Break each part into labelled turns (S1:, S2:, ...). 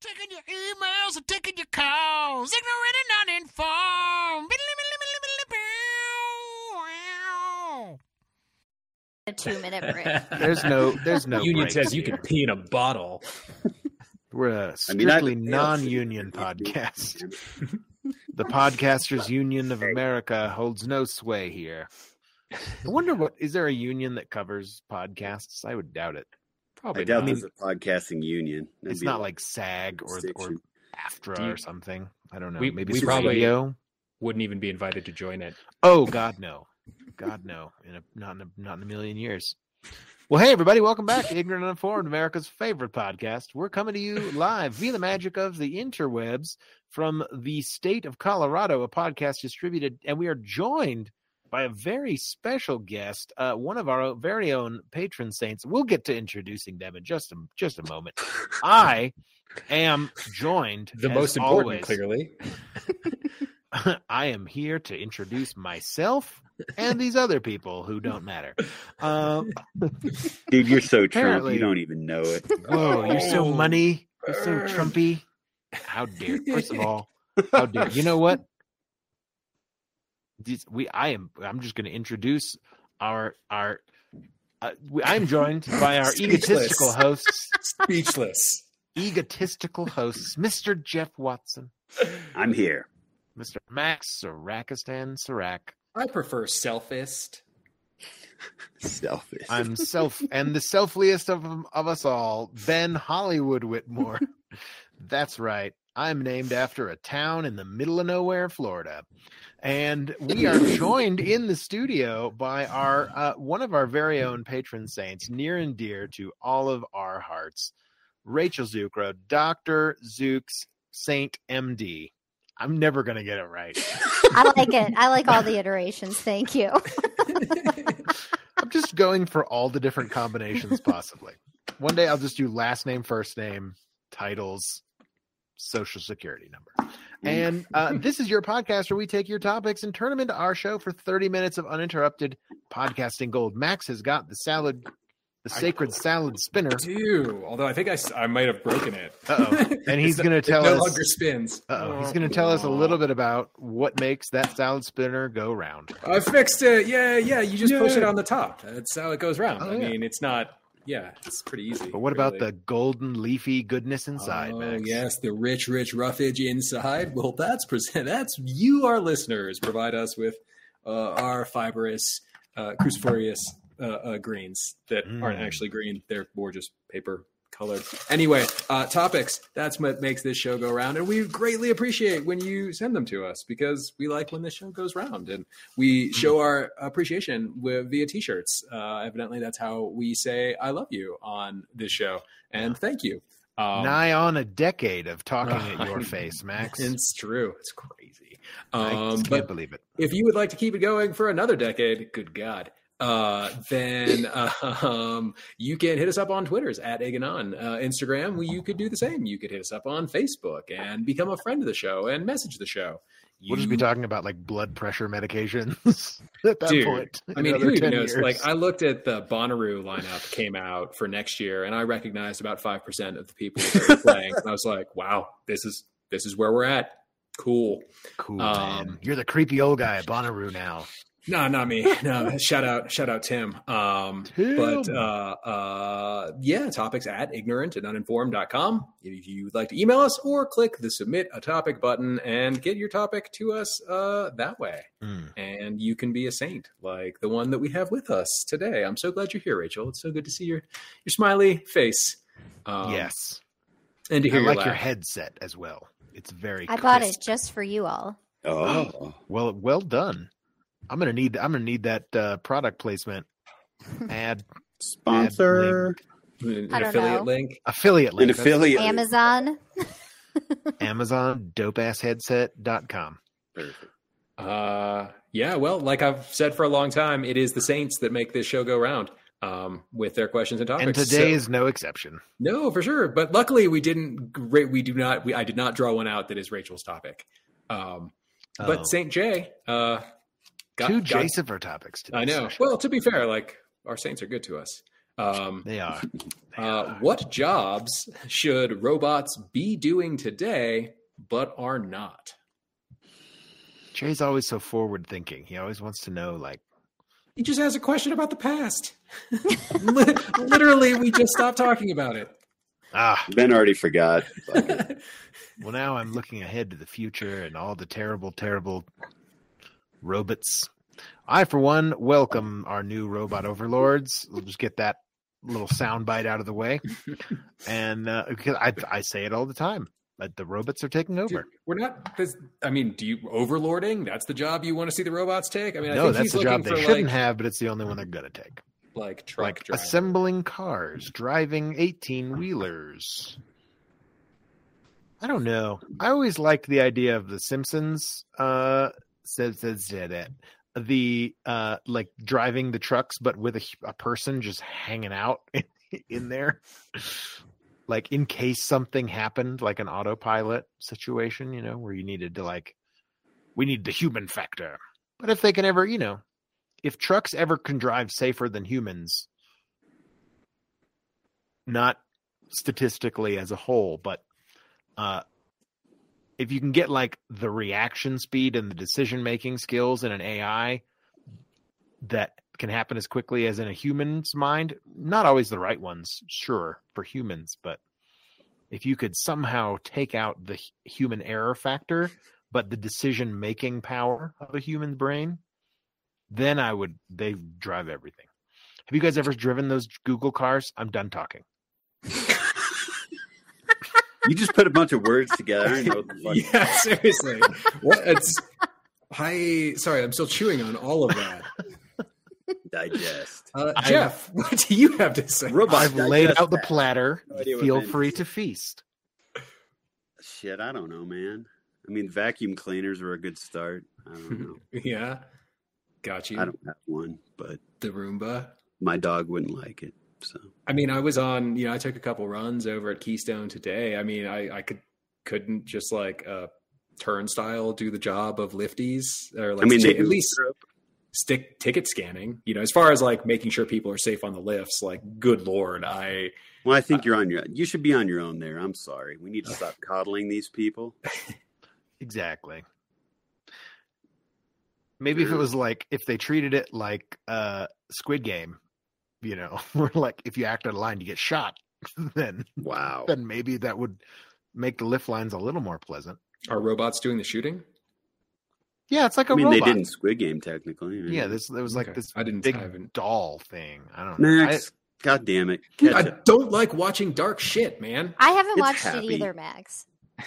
S1: Taking your emails and taking your calls. Ignorant and uninformed.
S2: A two minute break.
S3: There's no, there's no
S4: Union
S3: breaks
S4: says you
S3: here.
S4: can pee in a bottle.
S3: We're a
S5: I mean, I
S3: strictly
S5: could fail
S3: non-union podcast. The Podcasters Union of America holds no sway here. I wonder what is there a union that covers podcasts? I would doubt it.
S4: Probably
S5: I
S4: not.
S5: doubt there's a podcasting union. That'd
S3: it's
S5: be
S3: not
S5: a
S3: like SAG or or
S5: distinction.
S3: AFTRA
S4: Do you-
S3: or something. I don't know.
S4: We-
S3: Maybe
S4: we
S5: probably-
S3: CBO?
S4: Wouldn't even be invited to join it.
S3: Oh God, no, God no, in a, not in a, not in a million years. Well, hey everybody, welcome back to Ignorant and Informed, America's favorite podcast. We're coming to you live via the magic of the interwebs from the state of Colorado, a podcast distributed, and we are joined by a very special guest, uh, one of our very own patron saints. We'll get to introducing them in just a just a moment. I am joined
S4: The
S3: as
S4: most important,
S3: always,
S4: clearly.
S3: I am here to introduce myself and these other people who don't matter. Uh,
S5: dude, you're so Trump.
S3: Apparently-
S5: You don't even know it.
S3: whoa, you're so
S4: Oh.
S3: money. You're so Trumpy. How dare! First of all, how dare you know what? These, we, I am. I'm just going to introduce our our. Uh, we, I'm joined by our
S4: Speechless.
S3: egotistical hosts,
S4: Speechless.
S3: egotistical hosts, Mr. Jeff Watson,
S5: I'm here.
S3: Mr. Max Sarakistan Sarak,
S6: I prefer selfist.
S5: Selfish.
S3: I'm self and the selfliest of 'em- of us all, Ben Hollywood Whitmore. That's right. I'm named after a town in the middle of nowhere, Florida. And we are joined in the studio by our uh, one of our very own patron saints, near and dear to all of our hearts, Rachel Zucro, Dr. Zooks Saint MD. I'm never going to get it right.
S2: I like it. I like all the iterations. Thank you.
S3: I'm just going for all the different combinations possibly. One day I'll just do last name, first name, titles, social security number. And uh,
S6: Mm.
S3: this is your podcast where we take your topics and turn them into our show for 30 minutes of uninterrupted podcasting gold. Max has got the salad, the
S6: I-
S3: sacred salad spinner.
S6: Do although I think I, s- I might have broken it.
S3: Uh-oh. And he's
S6: It's-
S3: gonna
S6: it
S3: tell
S6: no
S3: us-
S6: longer Oh. spins.
S3: Uh-oh. He's going to tell us a little bit about what makes that salad spinner go round.
S6: I fixed it. Yeah, yeah. You just push
S3: Yay.
S6: it on the top. That's how it goes round.
S3: Oh,
S6: I
S3: yeah.
S6: mean, it's not. Yeah, it's pretty easy.
S3: But what about
S6: really.
S3: the golden leafy goodness inside,
S6: Oh
S3: Max?
S6: yes, the rich, rich roughage inside. Well, that's present. That's you, our listeners, provide us with uh, our fibrous, uh, cruciferous uh, uh, greens that aren't
S3: Mm.
S6: actually green; they're more just paper colored. Anyway, uh, topics. That's what makes this show go round, and we greatly appreciate when you send them to us because we like when the show goes round, and
S3: Hmm.
S6: we show our appreciation with, via T-shirts. Uh, evidently, that's how we say "I love you" on this show, and thank you. Um,
S3: Nigh on a decade of talking at your
S6: Right.
S3: face, Max.
S6: it's true. It's crazy.
S3: I
S6: Um,
S3: just can't
S6: but
S3: believe it.
S6: if you would like to keep it going for another decade, good God, uh, then uh, um, you can hit us up on Twitter's at Eganon. Uh, Instagram, well, you could do the same. You could hit us up on Facebook and become a friend of the show and message the show.
S3: We'll just be
S6: You-
S3: talking about like blood pressure medications at that
S6: Dude,
S3: point.
S6: I
S3: in
S6: mean,
S3: another
S6: who even
S3: 10
S6: knows?
S3: years.
S6: Like, I looked at the Bonnaroo lineup that came out for next year, and I recognized about five percent of the people that were playing. and I was like, "Wow, this is this is where we're at. Cool."
S3: cool. man.
S6: um,
S3: You're the creepy old guy at Bonnaroo now.
S6: No, not me. No, shout out, shout out Tim. Um,
S3: Tim.
S6: But uh, uh, yeah, topics at ignorant and uninformed.com. If you'd like to email us or click the submit a topic button and get your topic to us uh, that way.
S3: Mm.
S6: And you can be a saint like the one that we have with us today. I'm so glad you're here, Rachel. It's so good to see your, your smiley face. Um,
S3: yes,
S6: And to
S3: I
S6: hear
S3: like
S6: your,
S3: your
S6: laugh.
S3: headset as well. It's very.
S2: I bought it
S3: crisp.
S2: just for you all.
S5: oh,
S3: Well, well done. I'm gonna need. I'm gonna need that uh, product placement ad
S5: sponsor
S6: An
S2: I don't
S6: affiliate
S2: know.
S6: link.
S3: affiliate
S5: an
S3: link. That's
S5: affiliate.
S2: Amazon.
S3: Amazon dopeassheadset.com.
S5: Perfect.
S6: Uh, yeah, well, like I've said for a long time, it is the Saints that make this show go round um, with their questions and topics.
S3: And
S6: So-
S3: today is no exception.
S6: no, for sure. But luckily, we didn't. gra- We do not. We, I did not draw one out that is Rachel's topic. Um,
S3: Oh.
S6: But Saint Jay, uh, got,
S3: two
S6: got-
S3: Jacifer topics today.
S6: I know.
S3: Sasha.
S6: Well, to be fair, like our Saints are good to us. Um,
S3: They are. They
S6: uh,
S3: are.
S6: what jobs should robots be doing today but are not?
S3: Jay's always so forward thinking. He always wants to know, like,
S6: He just has a question about the past. Li- Literally, we just stopped talking about it.
S3: ah,
S5: Ben already forgot. Fuck it.
S3: well, now I'm looking ahead to the future and all the terrible, terrible robots. I, for one, welcome our new robot overlords. We'll just get that little soundbite out of the way, and uh, because I, I say it all the time, but the robots are taking over.
S6: Dude, we're not. This, I mean, do you overlording? That's the job you want to see the robots take. I mean, I
S3: no,
S6: think
S3: that's
S6: he's
S3: the
S6: looking
S3: job they
S6: for,
S3: shouldn't
S6: like,
S3: have, but it's the only one they're gonna take.
S6: Like truck
S3: Like
S6: driver.
S3: assembling cars, driving eighteen wheelers. I don't know. I always liked the idea of the Simpsons. Uh, says says said it. The uh, like driving the trucks, but with a, hu- a person just hanging out in there, like in case something happened, like an autopilot situation, you know, where you needed to like, we need the human factor. But if they can ever, you know, if trucks ever can drive safer than humans, not statistically as a whole, but uh, if you can get like the reaction speed and the decision making skills in an AI that can happen as quickly as in a human's mind, not always the right ones, sure, for humans, but if you could somehow take out the hu- human error factor, but the decision making power of a human brain, then I would they drive everything. Have you guys ever driven those Google cars? I'm done talking.
S5: You just put a bunch of words together. I don't know what the fuck.
S6: Yeah, seriously. what? It's, I sorry, I'm still chewing on all of that.
S5: Digest.
S6: Uh,
S3: I-
S6: Jeff, what do you have to say?
S5: Robot
S3: I've laid
S5: digest
S3: out the
S5: that.
S3: platter.
S5: No idea what
S3: Feel
S5: that
S3: free
S5: means.
S3: to feast.
S5: Shit, I don't know, man. I mean, vacuum cleaners were a good start. I don't know.
S6: yeah, got you.
S5: I don't have one, but
S6: The Roomba.
S5: my dog wouldn't like it. So
S6: I mean, I was on. You know, I took a couple runs over at Keystone today. I mean, I, I could couldn't just like uh, turnstile do the job of lifties or like
S5: I mean, they
S6: at
S5: do
S6: least stick ticket scanning. You know, as far as like making sure people are safe on the lifts. Like, good lord, I
S5: Well, I
S3: Uh,
S5: think you're on your. You should be on your own there. I'm sorry. We need to stop coddling these people.
S3: Exactly. Maybe if it
S5: Sure.
S3: was like if they treated it like uh Squid Game, you know, where like if you act out of line you get shot, then
S5: Wow.
S3: then maybe that would make the lift lines a little more pleasant.
S6: are robots doing the shooting?
S3: Yeah, it's like a
S5: I mean,
S3: robot.
S5: they didn't Squid Game technically. right?
S3: Yeah, this there was like
S6: Mm-hmm. Okay.
S3: this
S6: I didn't.
S3: big
S6: I haven't.
S3: doll thing. I don't know. I-
S5: Max, God damn it,
S6: Dude,
S5: catch
S6: I
S5: up.
S6: don't like watching dark shit, man.
S2: I haven't
S5: It's
S2: watched
S5: happy.
S2: it either, Max.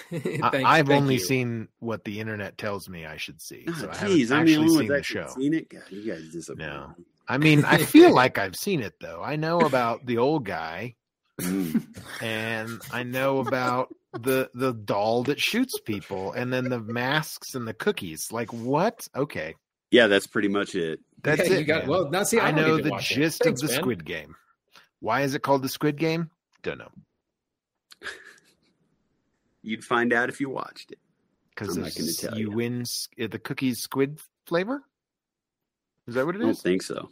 S6: Thank-
S3: I,
S6: thank
S3: I've only
S6: you.
S3: seen what the internet tells me I should see.
S5: God,
S3: so I haven't
S5: Jeez, Ah, I'm the
S3: actually
S5: only
S3: seen
S5: one's
S3: the
S5: actually
S3: show.
S5: seen it. God, you guys disappoint.
S3: No. I mean, I feel like I've seen it though. I know about the old guy,
S5: Mm.
S3: and I know about the the doll that shoots people, and then the masks and the cookies. Like what? Okay,
S5: yeah, that's pretty much it.
S3: that's
S6: Yeah,
S3: it.
S6: You got,
S3: man.
S6: well, now see, I,
S3: I,
S6: don't
S3: know
S6: need to
S3: the
S6: watch it.
S3: gist
S6: Thanks,
S3: of the
S6: man.
S3: Squid Game. Why is it called the Squid Game? Don't know
S5: You'd find out if you watched it.
S3: because
S5: I'm not gonna tell
S3: you
S5: ya.
S3: win s- eh, the cookies squid flavor. Is that what it
S5: I don't
S3: is?
S5: think so.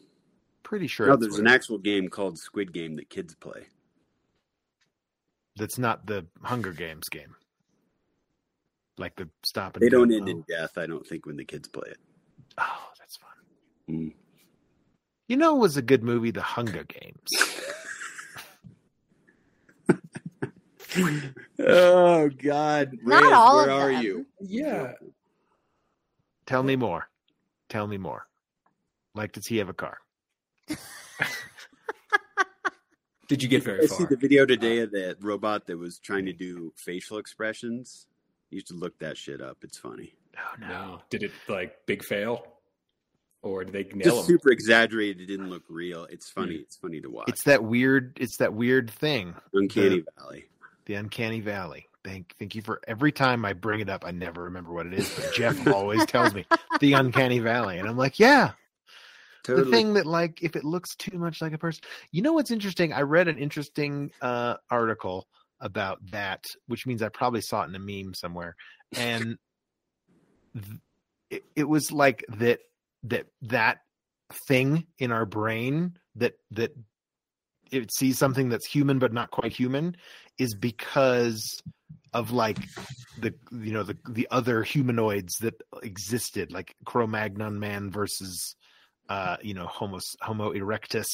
S3: Pretty sure.
S5: No,
S3: that's
S5: there's
S3: what
S5: an
S3: it-
S5: actual game called Squid Game that kids play.
S3: that's not the Hunger Games game. Like the stop and
S5: They
S3: go.
S5: don't end in
S3: Oh,
S5: death, I don't think, when the kids play it.
S3: oh, that's fun.
S5: Mm.
S3: You know, it was a good movie, The Hunger Games.
S5: Oh God,
S2: Not
S5: Riz,
S2: all
S5: where
S2: of
S5: are
S2: them.
S5: you?
S6: Yeah.
S3: Tell me more. Tell me more. Like, does he have a car?
S6: Did you get very
S5: I
S6: far?
S5: see the video today of that robot that was trying to do facial expressions. You should look that shit up. It's funny.
S3: Oh
S6: No. Did it like big fail, or did they nail Mm.
S5: Just
S6: him?
S5: super exaggerated. It didn't look real. It's funny. It's funny to watch.
S3: It's that weird. It's that weird thing.
S5: Uncanny Valley.
S3: The uncanny valley. Thank, thank you for every time I bring it up. I never remember what it is, but Jeff always tells me the uncanny valley, and I'm like, yeah, the
S5: Totally.
S3: thing that like if it looks too much like a person you know what's interesting i read an interesting uh article about that which means i probably saw it in a meme somewhere and th- it, it was like that that that thing in our brain that that it sees something that's human but not quite human is because of like the you know the the other humanoids that existed like Cro-Magnon man versus uh you know Homo Homo erectus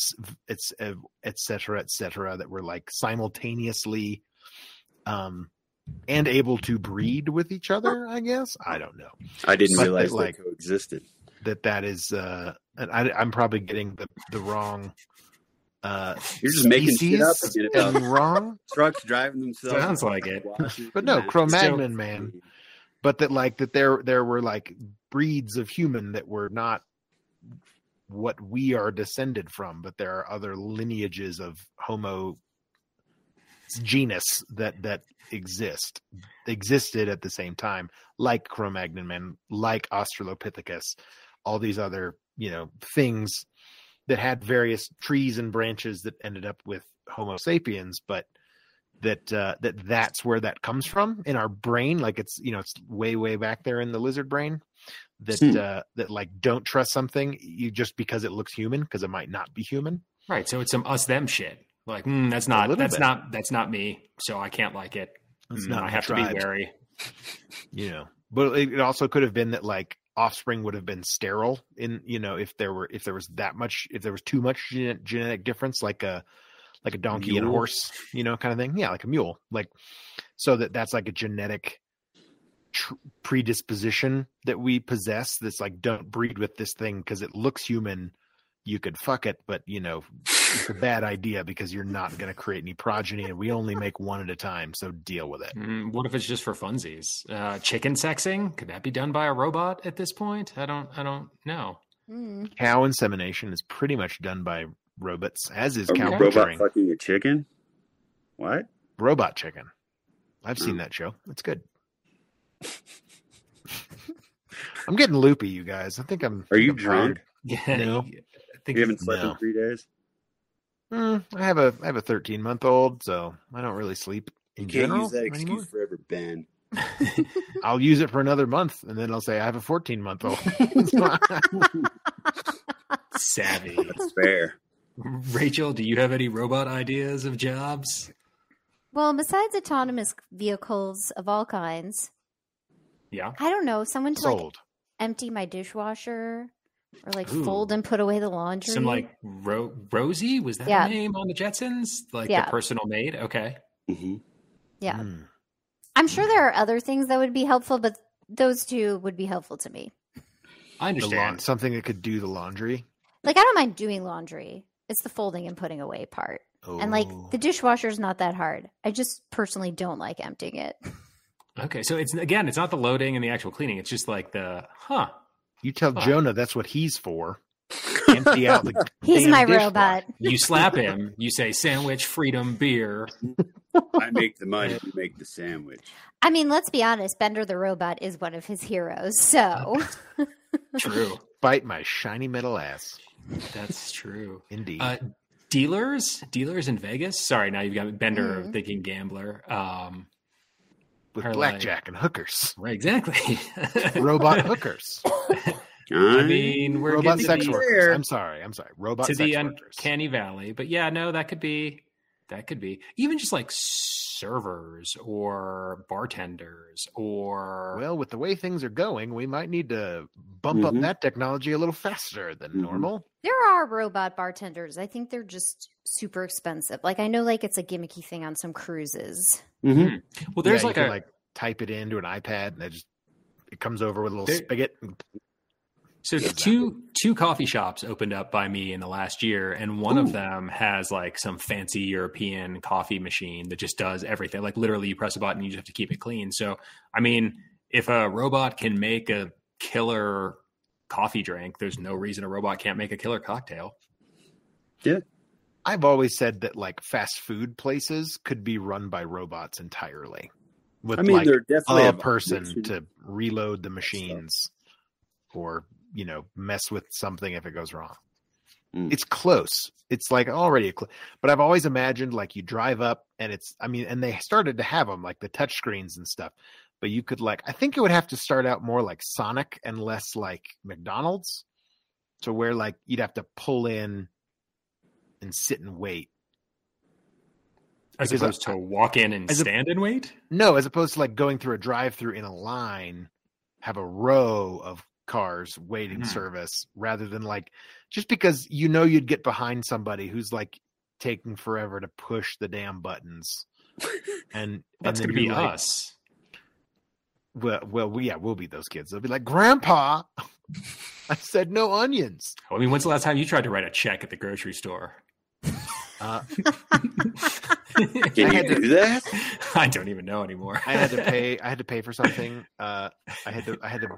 S3: it's et cetera et cetera that were like simultaneously um and able to breed with each other I guess I don't know
S5: I didn't
S3: But they,
S5: realize
S3: like-
S5: they coexisted.
S3: that that is uh and I, I'm probably getting the the wrong uh
S5: You're just making shit up
S3: species
S5: again about-
S3: and wrong
S5: Trucks driving themselves.
S6: Sounds like it.
S3: but no Cro-Magnon man but that like that there there were like breeds of human that were not what we are descended from but there are other lineages of homo genus that that exist existed at the same time like cro-magnon man like australopithecus all these other you know things that had various trees and branches that ended up with homo sapiens but that uh, that that's where that comes from in our brain like it's you know it's way way back there in the lizard brain that
S5: Hmm.
S3: uh, that like don't trust something you just because it looks human because it might not be human
S6: Right. So it's some us them shit. Like, mm, that's not
S3: little
S6: that's
S3: bit.
S6: not that's not me. So I can't like it.
S3: it's
S6: Mm,
S3: not
S6: I
S3: my
S6: have to
S3: tribe.
S6: be wary.
S3: you know but it, it also could have been that like offspring would have been sterile in you know if there were if there was that much if there was too much gene- genetic difference like a like a donkey and a
S5: Mule?
S3: horse you know kind of thing yeah like a mule like so that that's like a genetic tr- predisposition that we possess that's like don't breed with this thing because it looks human you could fuck it but you know it's a bad idea because you're not going to create any progeny and we only make one at a time so deal with it
S6: Mm, what if it's just for funsies? Uh, chicken sexing? Could that be done by a robot at this point? I don't I don't know.
S2: Mm.
S3: cow insemination is pretty much done by robots, as is
S5: A
S3: cow
S5: robot
S3: butchering.
S5: fucking a chicken? What?
S3: Robot chicken. I've
S5: Mm.
S3: seen that show. It's good. I'm getting loopy, you guys. I think I'm.
S5: Are you
S3: I'm tired.
S5: drunk?
S6: Yeah.
S3: No.
S6: I think
S5: You haven't slept
S3: No.
S5: in three days.
S3: Hmm, I have a I have a 13 month old, so I don't really sleep in
S5: You can't
S3: general
S5: use that excuse
S3: anymore.
S5: forever, Ben.
S3: I'll use it for another month, and then I'll say I have a 14 month old. So
S6: savvy.
S5: That's fair.
S6: Rachel, do you have any robot ideas of jobs?
S2: Well, besides autonomous vehicles of all kinds,
S6: Yeah.
S2: I don't know someone to like
S3: Sold.
S2: empty my dishwasher or like
S6: Ooh.
S2: fold and put away the laundry.
S6: Some like Ro- Rosie was that
S2: Yeah.
S6: her name on the Jetsons? Like
S2: Yeah.
S6: the personal maid. Okay.
S5: Mhm.
S2: yeah,
S3: Hmm.
S2: I'm sure there are other things that would be helpful, but those two would be helpful to me.
S6: I
S3: The laun-
S6: understand.
S3: something that could do the laundry.
S2: Like I don't mind doing laundry; it's the folding and putting away part.
S3: Oh.
S2: And like the dishwasher's not that hard. I just personally don't like emptying it.
S6: Okay, so it's again, it's not the loading and the actual cleaning. It's just like the huh.
S3: you tell
S6: Fuck.
S3: Jonah that's what he's for. Empty out the
S2: He's
S3: damn
S2: my
S3: dishwasher.
S2: robot.
S6: You slap him. You say sandwich, freedom, beer.
S5: I make the money. You make the sandwich.
S2: I mean, let's be honest. Bender the robot is one of his heroes. So
S6: True.
S3: Bite my shiny metal ass.
S6: That's true.
S3: Indeed.
S6: Uh, dealers, dealers in Vegas. Sorry, now you've got Bender
S3: Mm-hmm.
S2: Mhm.
S6: thinking gambler. Um,
S3: with
S6: or like-
S3: blackjack and hookers.
S6: right, exactly.
S3: Robot hookers.
S6: I mean, we're
S3: Robot
S6: getting
S3: sex
S6: to the,
S3: workers. I'm sorry. I'm sorry. Robot
S6: to
S3: sex
S6: the
S3: workers.
S6: uncanny valley, but yeah, no, that could be that could be even just like servers or bartenders or
S3: Well, with the way things are going, we might need to bump
S5: Mhm.
S3: up that technology a little faster than
S5: Mhm.
S3: normal.
S2: there are robot bartenders. I think they're just super expensive. Like I know, like it's a gimmicky thing on some cruises.
S5: Mhm.
S6: well, there's
S3: Yeah, you
S6: like
S3: can,
S6: a
S3: like type it into an iPad and it just it comes over with a little
S6: There-
S3: spigot. and-
S6: So
S3: Yeah,
S6: two two coffee shops opened up by me in the last year, and one
S5: Ooh.
S6: of them has like some fancy European coffee machine that just does everything. Like literally, you press a button, you just have to keep it clean. So, I mean, if a robot can make a killer coffee drink, there's no reason a robot can't make a killer cocktail.
S3: I've always said that like fast food places could be run by robots entirely. With
S5: I mean,
S3: like
S5: they're definitely
S3: a
S5: have
S3: person
S5: options.
S3: to reload the machines or you know mess with something if it goes wrong
S5: Mm.
S3: it's close it's like already a cl- but i've always imagined like you drive up and it's i mean and they started to have them like the touch screens and stuff but you could like i think it would have to start out more like sonic and less like mcdonald's to where like you'd have to pull in and sit and wait
S6: As
S3: Because
S6: opposed
S3: I-
S6: to walk in and
S3: as a-
S6: stand and wait?
S3: No, as opposed to like going through a drive-through in a line, have a row of cars waiting
S6: Mhm.
S3: service rather than like just because you know you'd get behind somebody who's like taking forever to push the damn buttons. And
S6: That's going
S3: and then
S6: to be
S3: you're like,
S6: us.
S3: Well, well, we, yeah, we'll be those kids. They'll be like, "Grandpa, I said no onions."
S6: I mean, when's the last time you tried to write a check at the grocery store?
S3: Uh, I
S5: Can
S3: had
S5: you do that?
S6: I don't even know anymore.
S3: I had to pay. I had to pay for something. Uh, I had to. I had to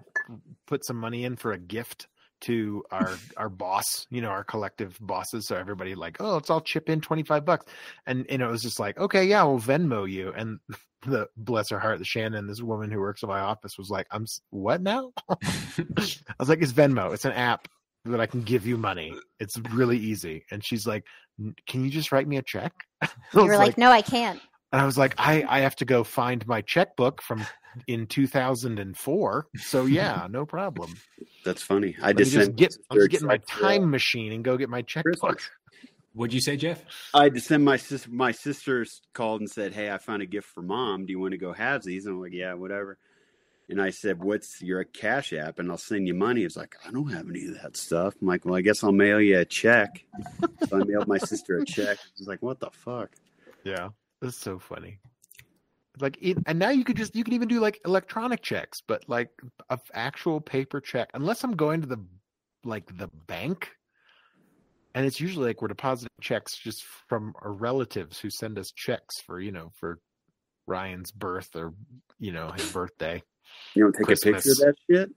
S3: put some money in for a gift to our our boss. You know, our collective bosses. So everybody like, oh, let's all chip in twenty five bucks. And you know, it was just like, okay, yeah, we'll Venmo you. And the bless her heart, the Shannon, this woman who works in my office, was like, I'm s- what now? I was like, it's Venmo. It's an app that I can give you money. It's really easy. And she's like, "N- can you just write me a check? I
S2: You
S3: was
S2: were like, no, I can't.
S3: and I was like, I, I have to go find my checkbook from in 2004. So yeah, no problem.
S5: That's funny. I
S3: Let me
S5: just,
S3: just
S5: sent
S3: get,
S5: my
S3: I'm
S5: sister
S3: just getting my
S5: a check for, uh,
S3: time machine and go get my checkbook.
S5: Christmas.
S6: What'd you say, Jeff?
S5: I had to send my sister. My sisters called and said, "Hey, I found a gift for mom. Do you want to go have these?" And I'm like, "Yeah, whatever." And I said, "What's your cash app?" And I'll send you money. It's like I don't have any of that stuff. I'm like, "Well, I guess I'll mail you a check." so I mailed my sister a check. She's like, "What the fuck?"
S3: Yeah, that's so funny. Like, it, and now you could just you can even do like electronic checks, but like a f- actual paper check, unless I'm going to the like the bank, and it's usually like we're depositing checks just from our relatives who send us checks for you know for Ryan's birth or you know his birthday.
S5: You don't take a picture
S3: Christmas.
S5: of that shit.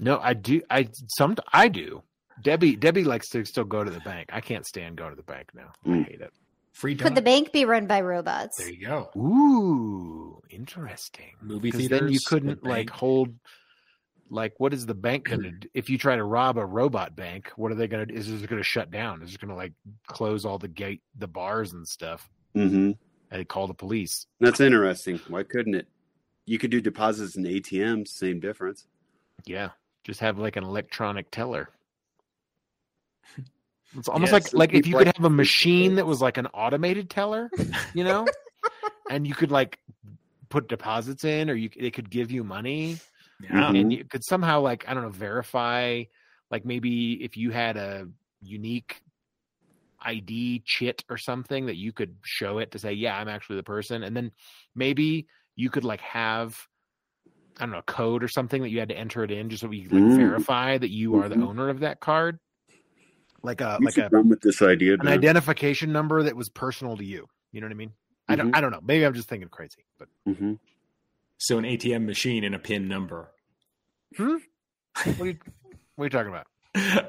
S3: No, I do. I some I do. Debbie Debbie likes to still go to the bank. I can't stand going to the bank now. I
S5: Mm.
S3: hate it.
S6: Free
S2: Could
S6: dog.
S2: the bank be run by robots?
S6: there you go.
S3: Ooh, interesting.
S6: Movie
S3: Because
S6: theaters.
S3: then you
S6: the
S3: couldn't like
S6: bank.
S3: hold. Like, what is the bank going to? do If you try to rob a robot bank, what are they going to? Is it going to shut down? Is it going to like close all the gate, the bars and stuff,
S5: Mm-hmm.
S3: and call the police?
S5: That's interesting. Why couldn't it? You could do deposits and ATMs. Same difference.
S3: Yeah, just have like an electronic teller. It's almost like
S5: Yes,
S3: like if
S5: people
S3: you could
S5: like
S3: have a
S5: to-
S3: machine that was like an automated teller, you know, and you could like put deposits in, or you they could give you money,
S6: Yeah.
S5: Mhm.
S3: and you could somehow like I don't know verify, like maybe if you had a unique ID chit or something that you could show it to say, yeah, I'm actually the person, and then maybe you could like have I don't know, a code or something that you had to enter it in just so we could like,
S5: Mm.
S3: verify that you are the
S5: Mhm.
S3: owner of that card. Like a
S5: You
S3: Uh, like
S5: should
S3: a
S5: run with this idea.
S3: an
S5: Dan.
S3: identification number that was personal to you. You know what I mean? I don't I don't know. Maybe I'm just thinking crazy, but
S5: Mhm.
S6: So an ATM machine and a PIN number.
S3: what are you what are you talking about?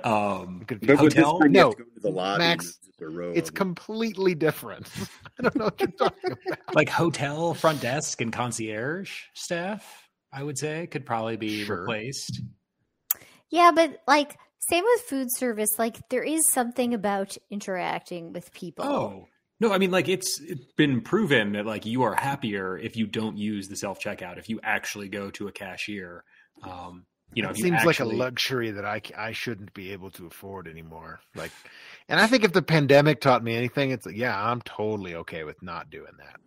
S6: Um,
S3: I'm confused.
S5: But with this
S6: Hotel?
S5: one, you have
S3: No.
S5: to go to the lobby.
S3: Max,
S5: and there's just a row
S3: It's
S6: Um,
S5: of them.
S3: completely different. I don't know what you're talking about.
S6: like hotel front desk and concierge staff, I would say could probably be
S3: Sure.
S6: replaced.
S2: Yeah, but like same with food service, like there is something about interacting with people.
S6: Oh. No, I mean like it's been proven that like you are happier if you don't use the self checkout, if you actually go to a cashier. Um, you know,
S3: it
S6: if you
S3: seems like
S6: actually-
S3: a luxury that I, c- I shouldn't be able to afford anymore. Like, and I think if the pandemic taught me anything, it's like, yeah, I'm totally okay with not doing that.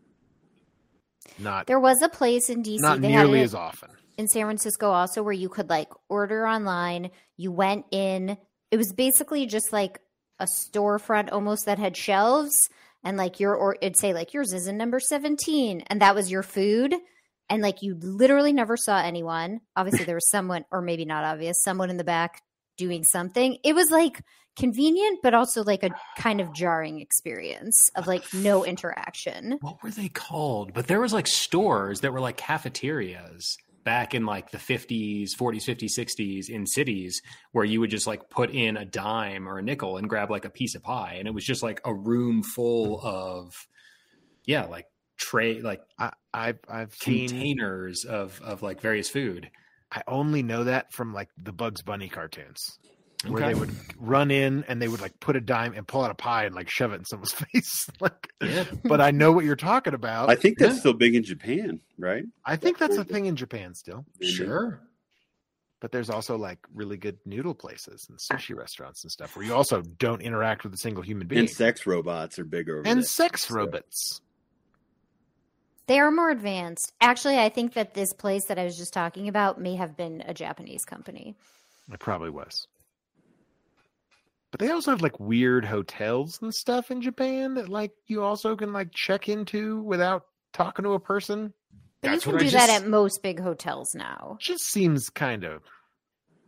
S3: Not
S2: There was a place in DC
S3: not
S2: they had
S3: nearly
S2: it
S3: as often.
S2: in San Francisco also where you could like order online. You went in, it was basically just like a storefront almost that had shelves and like your or it'd say like yours is in number 17 and that was your food and like you literally never saw anyone. Obviously there was someone or maybe not obvious, someone in the back doing something. It was like convenient but also like a kind of jarring experience of like no interaction.
S6: what were they called? But there was like stores that were like cafeterias back in like the 50s, 40s, 50s, 60s in cities where you would just like put in a dime or a nickel and grab like a piece of pie and it was just like a room full
S3: Hmm.
S6: of yeah, like tray like
S3: I, I've I've seen.
S6: containers of of like various food.
S3: I only know that from like the Bugs Bunny cartoons, where
S6: Okay.
S3: they would run in and they would like put a dime and pull out a pie and like shove it in someone's face. like,
S6: Yeah.
S3: but I know what you're talking about.
S5: I think that's
S6: Yeah.
S5: still big in Japan, right?
S3: I think that's a thing in Japan still.
S6: Sure.
S3: But there's also like really good noodle places and sushi restaurants and stuff where you also don't interact with a single human being.
S5: Ah. And sex robots are bigger. Over
S3: And
S5: there.
S3: sex robots.
S2: They are more advanced. Actually, I think that this place that I was just talking about may have been a Japanese company.
S3: It probably was. But they also have like weird hotels and stuff in Japan that like you also can like check into without talking to a person.
S2: But
S6: That's
S2: you
S6: what
S2: can
S6: I
S2: do that
S6: just-
S2: at most big hotels now.
S3: Just seems kind of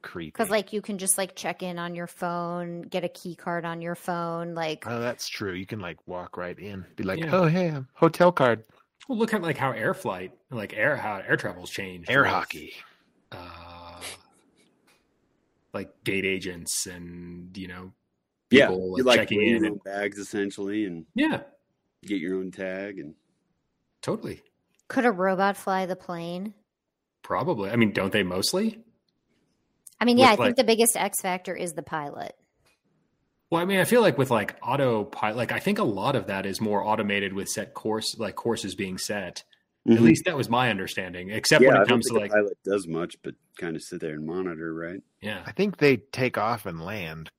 S3: creepy.
S6: Mm.
S2: Because like you can just like check in on your phone, get a key card on your phone, like
S3: Oh, that's true. You can like walk right in. Be like,
S6: Yeah.
S3: oh hey, um, hotel card,
S6: Well, look at like how air flight, like air how air travel's changed.
S3: air
S6: with,
S3: hockey.
S6: uh, like gate agents and you know,
S5: Yeah,
S6: people,
S5: you
S6: like,
S5: like
S6: checking
S5: bring
S6: in
S5: your own
S6: and-
S5: bags essentially, and
S6: yeah,
S5: get your own tag. And
S6: totally,
S2: could a robot fly the plane?
S6: probably. I mean, don't they mostly?
S2: I mean, yeah,
S6: With,
S2: I
S6: like-
S2: think the biggest X factor is the pilot.
S6: Well, I mean, I feel like with like autopilot, like I think a lot of that is more automated with set course, like courses being set. At least that was my understanding. Except
S5: Mm-hmm. yeah, I
S6: when it
S5: don't
S6: comes to
S5: think the
S6: like,
S5: pilot does much, but kind of sit there and monitor, right?
S6: yeah,
S3: I think they take off and land,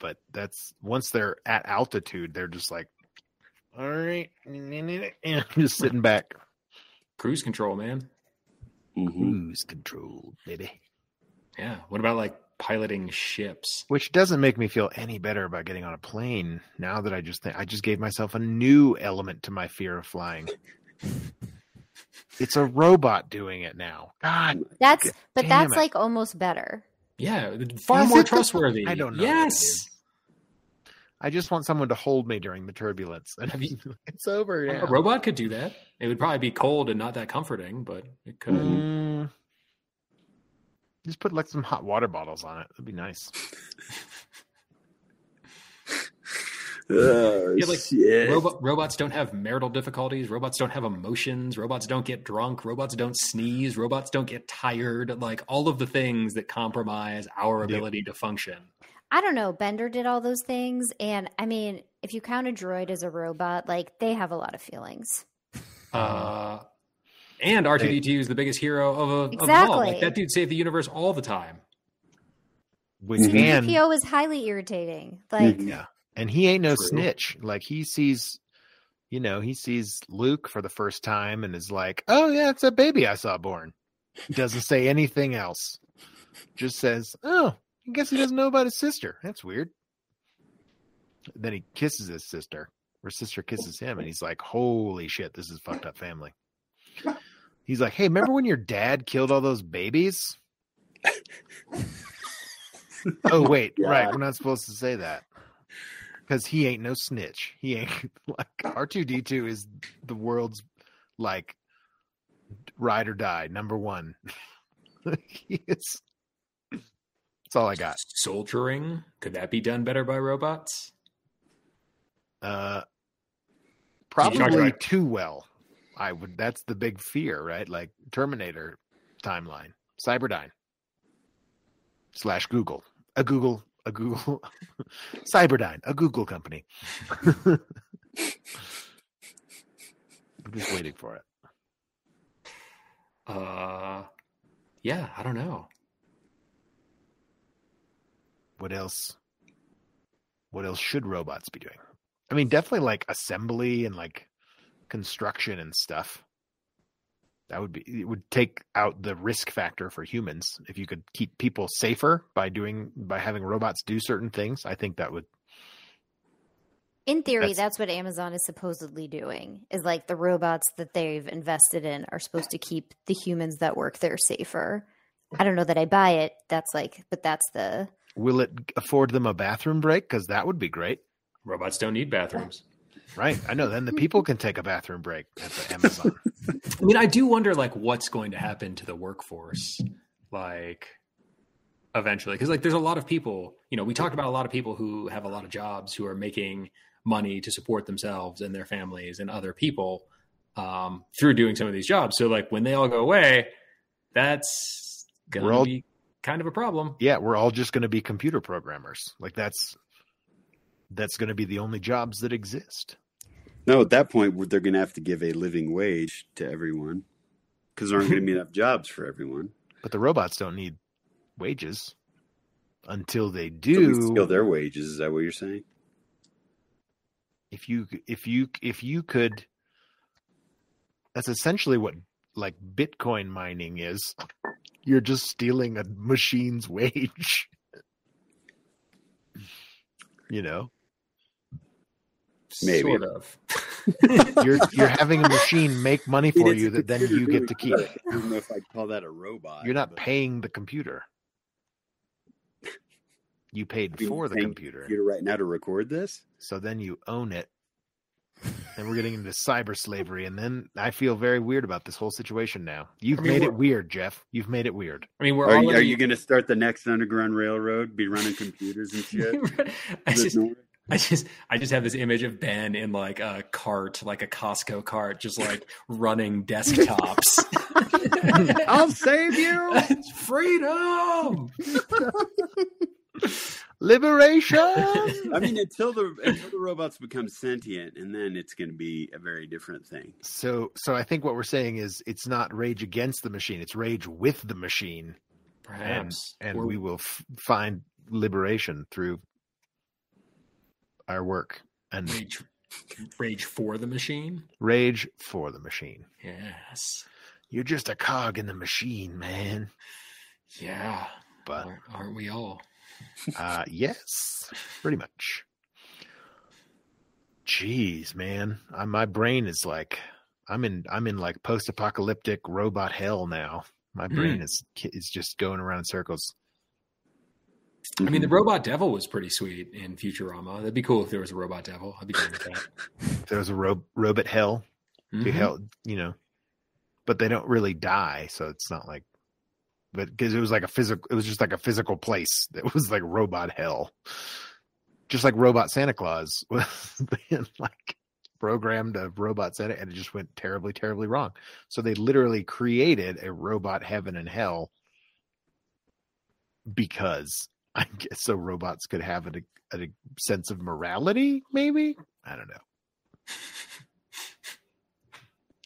S3: but that's once they're at altitude, they're just like, all right, and just sitting back.
S6: cruise control, man.
S5: Mm-hmm.
S3: Cruise control, baby.
S6: Yeah. What about like piloting ships?
S3: Which doesn't make me feel any better about getting on a plane now that I just think I just gave myself a new element to my fear of flying. it's a robot doing it now. God,
S2: That's but
S3: damn
S2: that's
S3: it.
S2: like almost better.
S6: Yeah, far
S3: Is
S6: more
S3: it the-
S6: trustworthy.
S3: I don't know what it
S6: Yes.
S3: is. I just want someone to hold me during the turbulence. And
S6: Have you-
S3: it's over. Yeah.
S6: A robot could do that. It would probably be cold and not that comforting, but it could.
S5: Mhm.
S3: Mm. Just put like some hot water bottles on it. That'd be nice.
S5: Oh,
S6: Yeah, like,
S5: shit.
S6: Robo- robots don't have marital difficulties. Robots don't have emotions. Robots don't get drunk. Robots don't sneeze. Robots don't get tired. Like all of the things that compromise our
S3: Yeah.
S6: ability to function.
S2: I don't know. Bender did all those things, and I mean, if you count a droid as a robot, like they have a lot of feelings.
S6: Uh, and R2D2 is the biggest hero of, a, of them all.
S2: Exactly.
S6: Like that dude saved the universe all the time.
S3: We
S5: Mhm.
S3: can.
S2: PO is highly irritating.
S5: Hmm.
S2: Like
S3: Yeah. And he ain't no
S6: True.
S3: snitch. Like he sees, you know, he sees Luke for the first time and is like, oh, yeah, it's a baby I saw born. Doesn't say anything else. Just says, oh, I guess he doesn't know about his sister. That's weird. Then he kisses his sister, or sister kisses him, and he's like, holy shit, this is fucked up family. He's like, hey, remember when your dad killed all those babies? oh, wait, right. We're not supposed to say that because he ain't no snitch. He ain't like R two D two is the world's like ride or die number one. he is. That's all I got.
S6: Soldiering. Could that be done better by robots?
S3: Uh,
S6: talked about-
S3: probably too well. I would. That's the big fear, right? Like Terminator timeline, Cyberdyne slash Google, a Google, a Google, Cyberdyne, a Google company. I'm just waiting for it.
S6: Uh, yeah, I don't know.
S3: What else? What else should robots be doing? I mean, definitely like assembly and like construction and stuff. That would be it would take out the risk factor for humans if you could keep people safer by doing by having robots do certain things. I think that would
S2: in theory,
S3: That's-
S2: that's, what Amazon is supposedly doing. Is like the robots that they've invested in are supposed to keep the humans that work there safer. I don't know that I buy it. That's like, but that's the
S3: will it afford them a bathroom break cuz that would be great.
S6: Robots don't need bathrooms.
S3: Right? I know then the people can take a bathroom break at the Amazon.
S6: I mean, I do wonder like what's going to happen to the workforce, like eventually, because like there's a lot of people. You know, we talked about a lot of people who have a lot of jobs who are making money to support themselves and their families and other people um, through doing some of these jobs. So like when they all go away, that's gonna
S3: We're all-
S6: be kind of a problem.
S3: yeah, we're all just going to be computer programmers. Like that's that's going to be the only jobs that exist.
S5: No, at that point, we're- they're going to have to give a living wage to everyone because there aren't going to be enough jobs for everyone.
S3: But the robots don't need wages until they
S5: So we
S3: do.
S5: steal their wages. Is that what you're saying?
S3: if you if you if you could that's essentially what like bitcoin mining is you're just stealing a machine's wage you know
S5: Maybe.
S6: Sort of.
S3: you're you're having a machine make money
S5: I mean,
S3: for
S5: it's
S3: you
S5: a
S3: that then
S5: computer
S3: you
S5: doing
S3: get to keep
S5: work. I don't know if I call that a robot.
S3: you're not
S5: but
S3: paying the computer you paid
S5: You're
S3: for the
S5: paying
S3: computer
S5: computer right now to record this.
S3: so then you own it and we're getting into cyber slavery and then i feel very weird about this whole situation now you've
S6: I mean,
S3: made it
S6: we're-
S3: weird jeff you've made it weird
S6: I mean, we're
S5: Are, you-
S6: already.
S5: are you going to start the next underground railroad? Be running computers and shit.
S6: I just,
S5: There's no-
S6: I just, I just have this image of Ben in like a cart, like a Costco cart, just like running desktops.
S5: I'll save you.
S6: It's freedom.
S3: liberation
S5: I mean, until the until the robots become sentient, and then it's going to be a very different thing.
S3: so so i think what we're saying is it's not rage against the machine it's rage with the machine
S6: Perhaps.
S3: and
S6: We're-
S3: we will f- find liberation through our work and
S6: rage, rage for the machine.
S3: rage for the machine
S6: Yes.
S3: you're just a cog in the machine man
S6: Yeah.
S3: but
S6: Aren't, aren't we all?
S3: Uh, yes, pretty much. Jeez, man, I, my brain is like I'm in I'm in like post-apocalyptic robot hell now. My brain is is just going around in circles.
S6: I mean, the
S3: mm-hmm.
S6: robot devil was pretty sweet in Futurama. That'd be cool if there was a robot devil. I'd be down with that.
S3: If There was a ro- robot hell, to
S6: Mhm.
S3: hell, you know, but they don't really die, so it's not like. But because it was like a physical, it was just like a physical place that was like robot hell, just like robot Santa Claus was being like programmed a robot Santa, and it just went terribly, terribly wrong. So they literally created a robot heaven and hell because I guess so robots could have a, a sense of morality, maybe. I don't know.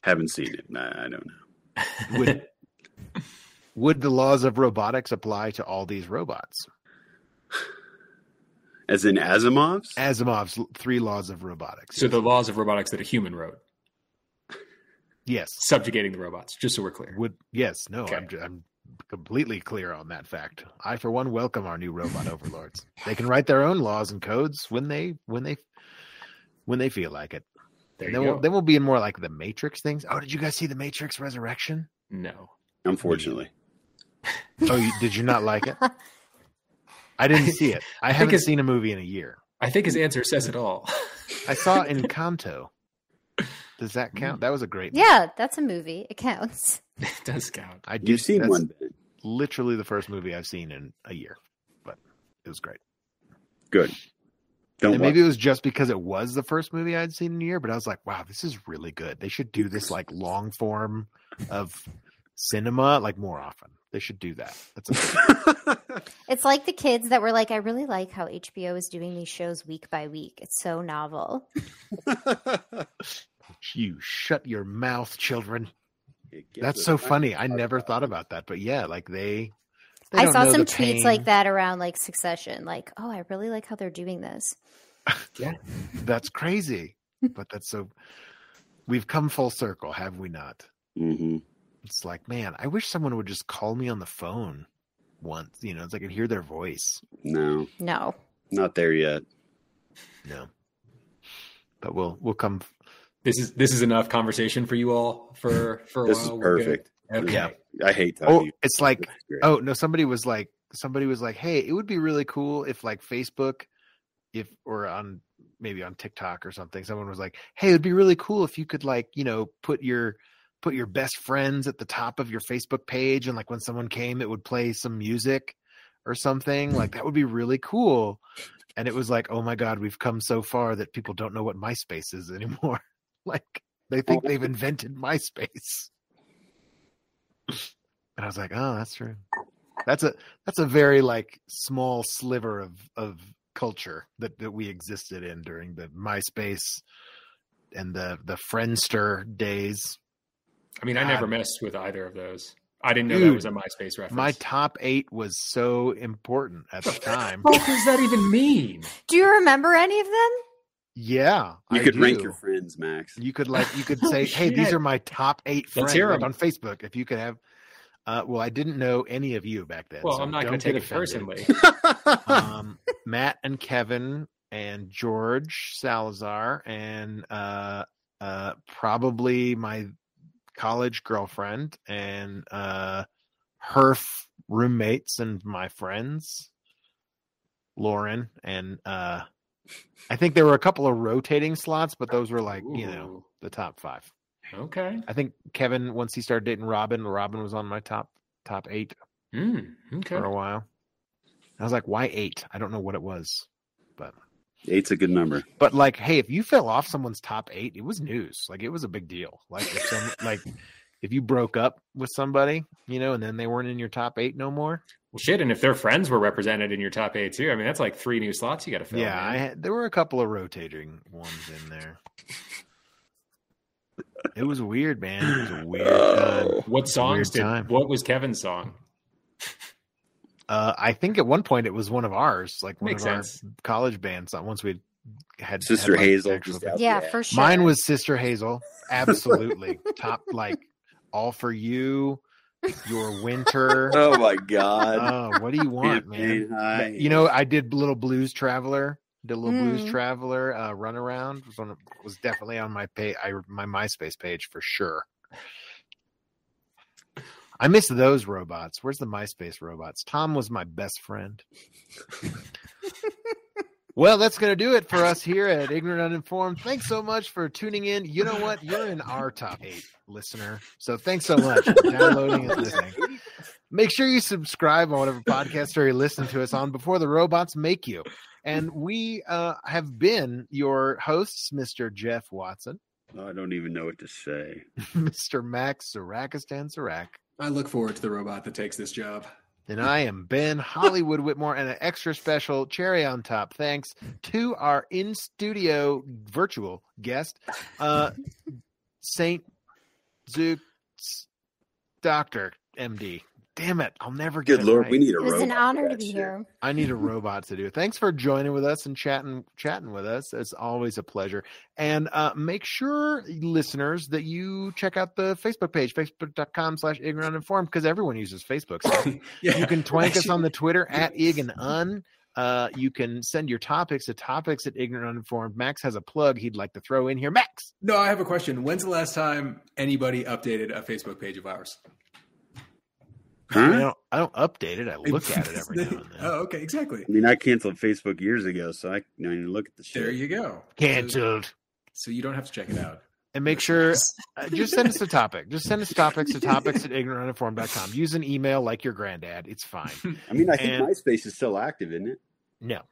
S5: Haven't seen it. I, I don't know.
S3: would would the laws of robotics apply to all these robots?
S5: As in Asimov's.
S3: Asimov's l- three laws of robotics.
S6: So the laws of robotics that a human wrote,
S3: yes,
S6: subjugating the robots. Just so we're clear.
S3: would yes, no, I'm,
S6: Okay.
S3: ju- I'm completely clear on that fact. I, for one, welcome our new robot overlords. They can write their own laws and codes when they when they when they feel like it.
S6: There
S3: And
S6: you
S3: then we'll,
S6: go.
S3: then we'll be in more like the Matrix things. Oh, did you guys see the Matrix Resurrection?
S6: No.
S5: Unfortunately,
S3: Oh, you, did you not like it? I didn't see it. I haven't
S6: it's-
S3: seen a movie in a year.
S6: I think his answer says it all.
S3: I saw Encanto. Does
S5: Mm.
S3: that count? That was a great.
S2: Yeah, that's a movie. It counts.
S6: it does count.
S3: I did.
S5: you've seen
S3: that's
S5: one. Ben.
S3: Literally the first movie I've seen in a year, but it was great.
S5: Good. Don't
S3: and maybe
S5: maybe
S3: it was just because it was the first movie I'd seen in a year, but I was like, wow, this is really good. They should do this like long form of cinema like more often. They should do that. That's a
S2: It's like the kids that were like, I really like how HBO is doing these shows week by week. It's so novel.
S3: you shut your mouth, children. That's so funny. I never thought about that, but yeah, like they. they
S2: I
S3: don't
S2: saw
S3: know
S2: some
S3: the
S2: tweets
S3: pain.
S2: like that around like Succession, like, oh, I really like how they're doing this.
S3: That's crazy, but that's so. We've come full circle, have we not?
S5: Mm-hmm.
S3: it's like, man, I wish someone would just call me on the phone once. You know, it's like I can hear their voice.
S5: No,
S2: No.
S5: not there yet.
S3: No, but we'll we'll come.
S6: This is this is enough conversation for you all for for a
S5: This is
S6: while. We're good.
S5: perfect.
S6: Okay.
S3: Yeah.
S5: I hate talking. to
S3: Oh,
S5: you.
S3: it's like
S5: This is great.
S3: oh no, somebody was like somebody was like, hey, it would be really cool if like Facebook, if or on maybe on TikTok or something, someone was like, hey, it'd be really cool if you could like you know put your put your best friends at the top of your Facebook page, and like when someone came, it would play some music or something. Like that would be really cool. And it was like, oh my god, we've come so far that people don't know what MySpace is anymore. like they think they've invented MySpace. And I was like, oh, that's true. That's a that's a very like small sliver of of culture that that we existed in during the MySpace and the the Friendster days.
S6: I mean, I
S3: God.
S6: never messed with either of those. I didn't know that
S3: Dude,
S6: was a MySpace reference.
S3: My top eight was so important at the time.
S6: what does that even mean?
S2: Do you remember any of them?
S3: Yeah,
S5: You
S3: I
S5: could rank
S3: do.
S5: your friends, Max.
S3: You could like you could
S6: Oh,
S3: say, "Hey, these
S6: shit.
S3: are my top eight
S6: Let's
S3: friends
S6: hear
S3: like,
S6: 'em.
S3: on Facebook." If you could have, uh, well, I didn't know any of you back then.
S6: Well,
S3: so
S6: I'm not going
S3: don't
S6: to take
S3: get
S6: it
S3: offended.
S6: personally.
S3: um, Matt and Kevin and George Salazar and uh, uh, probably my college girlfriend and uh, her f- roommates and my friends, Lauren and uh, I think there were a couple of rotating slots, but those were like you know the top five.
S6: Ooh, Okay.
S3: I think Kevin once he started dating Robin, Robin was on my top top eight Hmm.
S6: Mm, okay.
S3: for a while. I was like, why eight? I don't know what it was.
S5: Eight's a good number.
S3: But like, hey, if you fell off someone's top eight, it was news. Like it was a big deal. Like if some like if you broke up with somebody, you know, and then they weren't in your top eight no more.
S6: Well, shit. And if their friends were represented in your top eight too, I mean, that's like three new slots you got to fill.
S3: yeah, I
S6: Oh, man.
S3: had, there were a couple of rotating ones in there. It was weird, man. It was a weird time.
S6: what songs
S3: Weird
S6: did?
S3: time.
S6: What was Kevin's song?
S3: Uh, I think at one point it was one of ours, like one
S6: Makes
S3: of
S6: sense.
S3: our college bands. uh, Once we had
S5: Sister
S3: had, like,
S5: Hazel
S3: actual
S5: just
S3: thing.
S5: out
S2: Yeah,
S5: there.
S2: for sure.
S3: Mine was Sister Hazel, absolutely top, like all for you, your winter.
S5: Oh my god.
S3: Oh, what do you want, man?
S5: Campaign high.
S3: You know, I did little blues traveler. Did a little blues
S2: Mm.
S3: traveler uh, runaround was on, was definitely on my pay I, my MySpace page for sure. I miss those robots. Where's the MySpace robots? Tom was my best friend. well, that's going to do it for us here at Ignorant Uninformed. Thanks so much for tuning in. You know what? You're in our top eight listener. So thanks so much for downloading and listening. Make sure you subscribe on whatever podcast or you listen to us on before the robots make you. And we uh, have been your hosts, Mr. Jeff Watson,
S5: Oh, I don't even know what to say.
S3: Mr. Max Sarakistan Sarak,
S7: I look forward to the robot that takes this job.
S3: and I am Ben Hollywood Whitmore. And an extra special cherry on top thanks to our in studio virtual guest, uh, Saint Zook's Doctor MD. Damn it! I'll never get
S5: Good
S3: it
S5: lord,
S3: right.
S5: we need a
S2: It was
S5: robot.
S2: an honor
S5: for
S2: to
S5: that
S2: be
S5: shit.
S2: here.
S3: I need a robot to do. it. Thanks for joining with us and chatting chatting with us. It's always a pleasure. And uh, make sure, listeners, that you check out the Facebook page, facebook.com slash ignorant informed, because everyone uses Facebook. So you can twank us on the Twitter at ig and un. Uh, you can send your topics to topics at ignorant uninformed. Max has a plug he'd like to throw in here. Max,
S7: No, I have a question. When's the last time anybody updated a Facebook page of ours?
S3: I
S5: Huh?
S3: don't, I don't update it. I look at it every now and
S7: Oh,
S3: then.
S7: okay, exactly.
S5: I mean, I canceled Facebook years ago, so I don't even look at the shit.
S7: There you go.
S3: Cancelled.
S7: So you don't have to check it out.
S3: And make sure Uh, just send us a topic. Just send us topics to topics at ignorantinformed.com. Use an email like your granddad. It's fine.
S5: I mean, I think
S3: And-
S5: MySpace is still active, isn't it?
S3: No,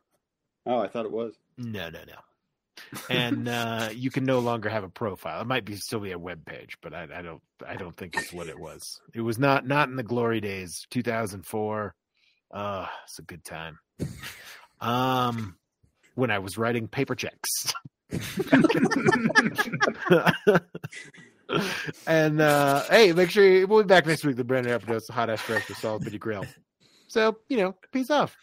S5: Oh, I thought it was.
S3: no, no, no. And uh, you can no longer have a profile. It might be still be a web page, but I, I don't. I don't think it's what it was. It was not not in the glory days, 2004. Uh, it's a good time. Um, when I was writing paper checks. and uh, hey, make sure you, we'll be back next week. with The brand new episode, hot ass fresh with solid bitty grill. So you know, peace off.